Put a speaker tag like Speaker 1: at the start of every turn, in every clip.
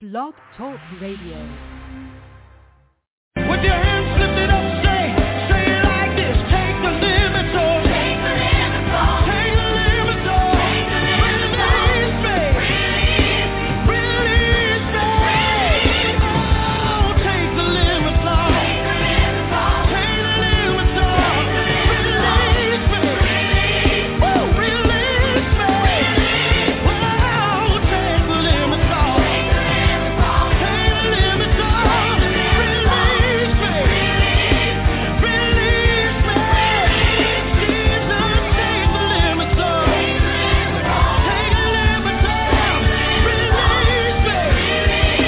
Speaker 1: Blog Talk Radio.
Speaker 2: With your hands lifted up, say, say it like this. Take the limits off. Take the limits off. Take the limits off. Take the oh. limits off. Release me. Release me. Release me. Oh, take the limits off. Take the limits off. Take the oh. limits off. Release me. Oh, release me. Oh, take the limits off. Take the limits off. Release me. Release me. Jesus, take the limits off. Take the limits off. Release me. Release me.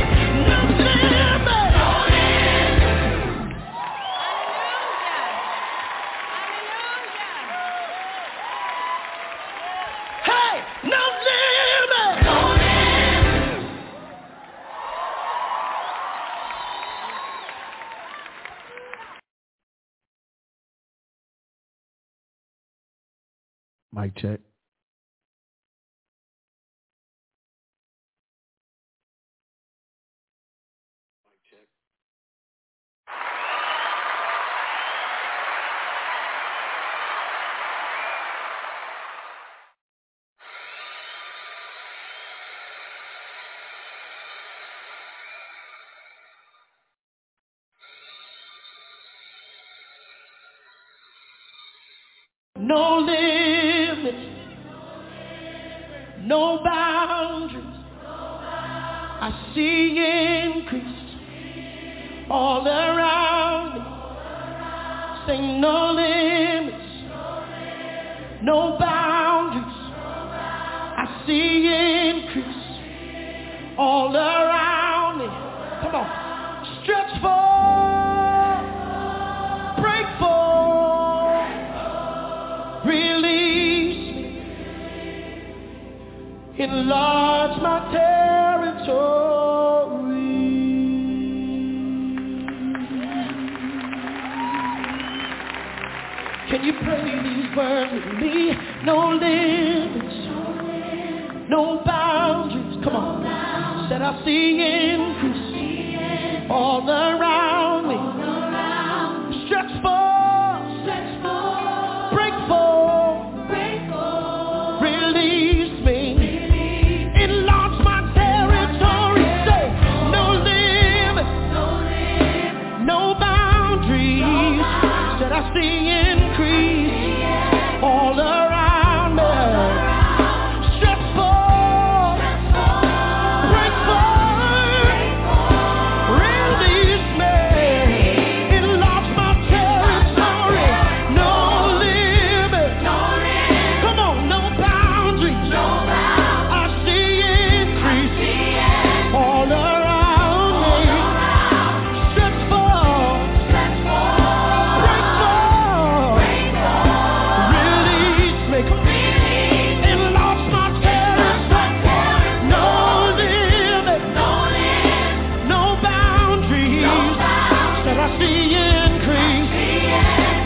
Speaker 2: No limit. Hey, no limit. No limit.
Speaker 3: Mic check.
Speaker 2: No limits, no boundaries. I see increase all around me. Say no limits, no boundaries. I see increase all around me. Come on, stretch for, break for. Release me. Enlarge my territory. Can you pray these words with me? No limits, no boundaries. Come on. Said I see increase all around me. Stretch forth, break forth, release me. Enlarge my territory, say no limit, no boundaries. Said I see increase all around me. Stretch forth, break forth, release me. Enlarge my territory, no limit. Come on, no boundaries. I see increase all around me. Stretch forth, break forth, release me. Come on. Enlarge my territory. No limit, no boundaries. Said I see increase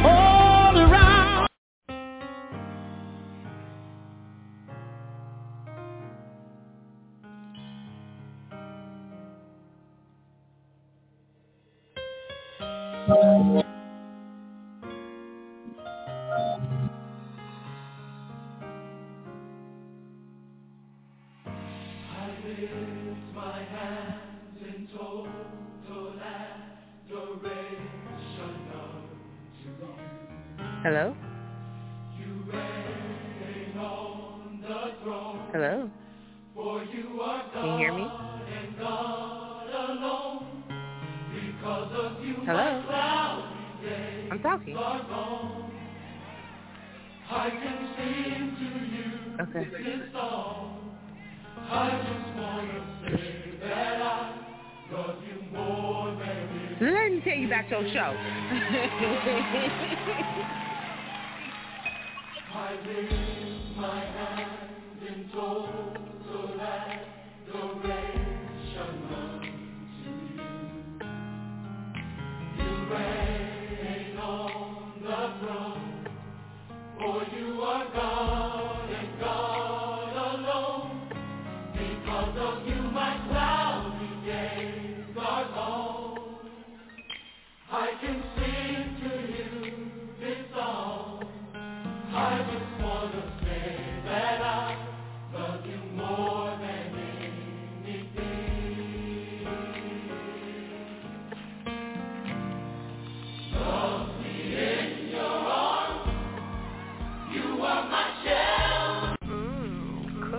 Speaker 2: all around.
Speaker 4: Hello? Hello? Can you hear me? Hello? I'm talking. Okay. Let me tell you about your show.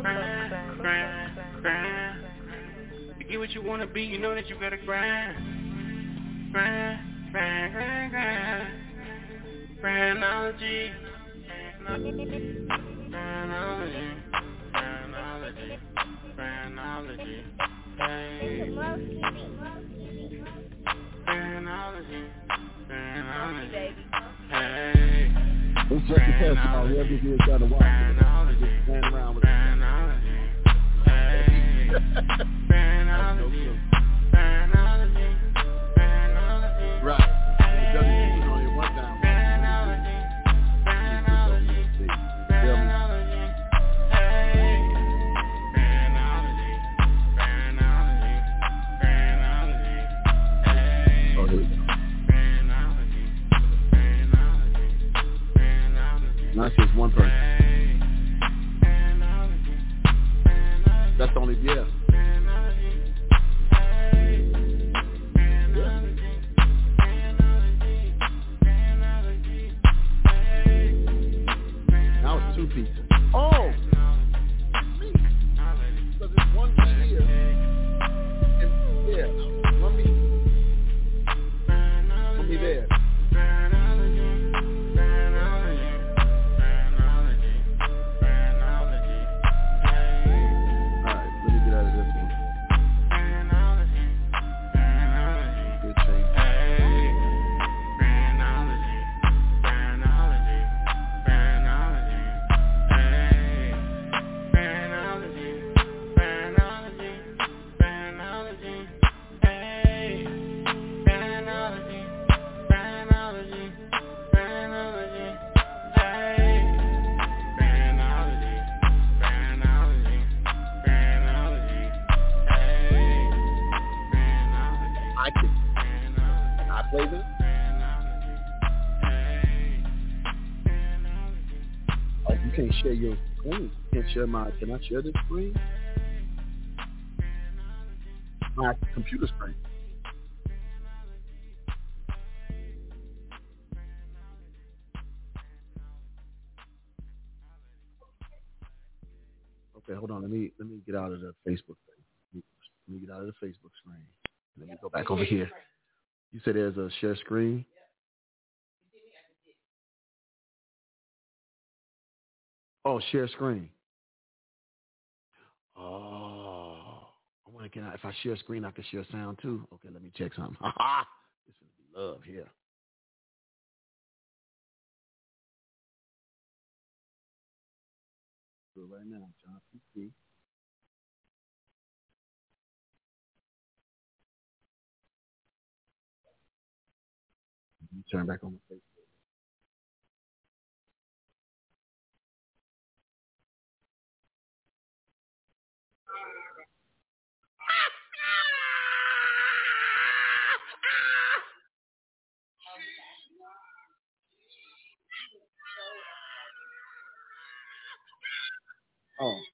Speaker 3: grind, grind. To get what you wanna be, you know that you gotta grind, grind, grind, grind, grind. Grindology, grindology, grindology, grindology, grindology, grindology, grindology, hey,
Speaker 5: Let's check the test out. Whoever it is got to watch it.
Speaker 3: grindology.
Speaker 5: Just ran around with it.
Speaker 3: Brandology. Hey. Brandology. Brandology. Brandology.
Speaker 5: Right. It doesn't mean it's only one time.
Speaker 3: Brandology. Brandology.
Speaker 5: See, feel me?
Speaker 3: Brandology. Hey. Brandology. Brandology. Brandology. Hey.
Speaker 5: Oh, here we go.
Speaker 3: Brandology. Brandology. Brandology.
Speaker 5: Not just one person.
Speaker 3: Hey. Brandology. Brandology.
Speaker 5: That's the only, yeah. Now it's two people. Oh! Because it's one beat here. And, yeah, one beat. One beat there. Alright, let me get out of this one. Good change. I can. I play this? Oh, you can't share your screen. You can't share my, can I share this screen? My computer screen. Okay, hold on. Let me let me get out of the Facebook thing. Let me, let me get out of the Facebook screen. Let me go back over here. You said there's a share screen. Oh, share screen. Oh, I want to get out. If I share screen, I can share sound too. Okay, let me check something. Ha ha! This is love here. So right now, John PC. Turn back on the Facebook. Oh.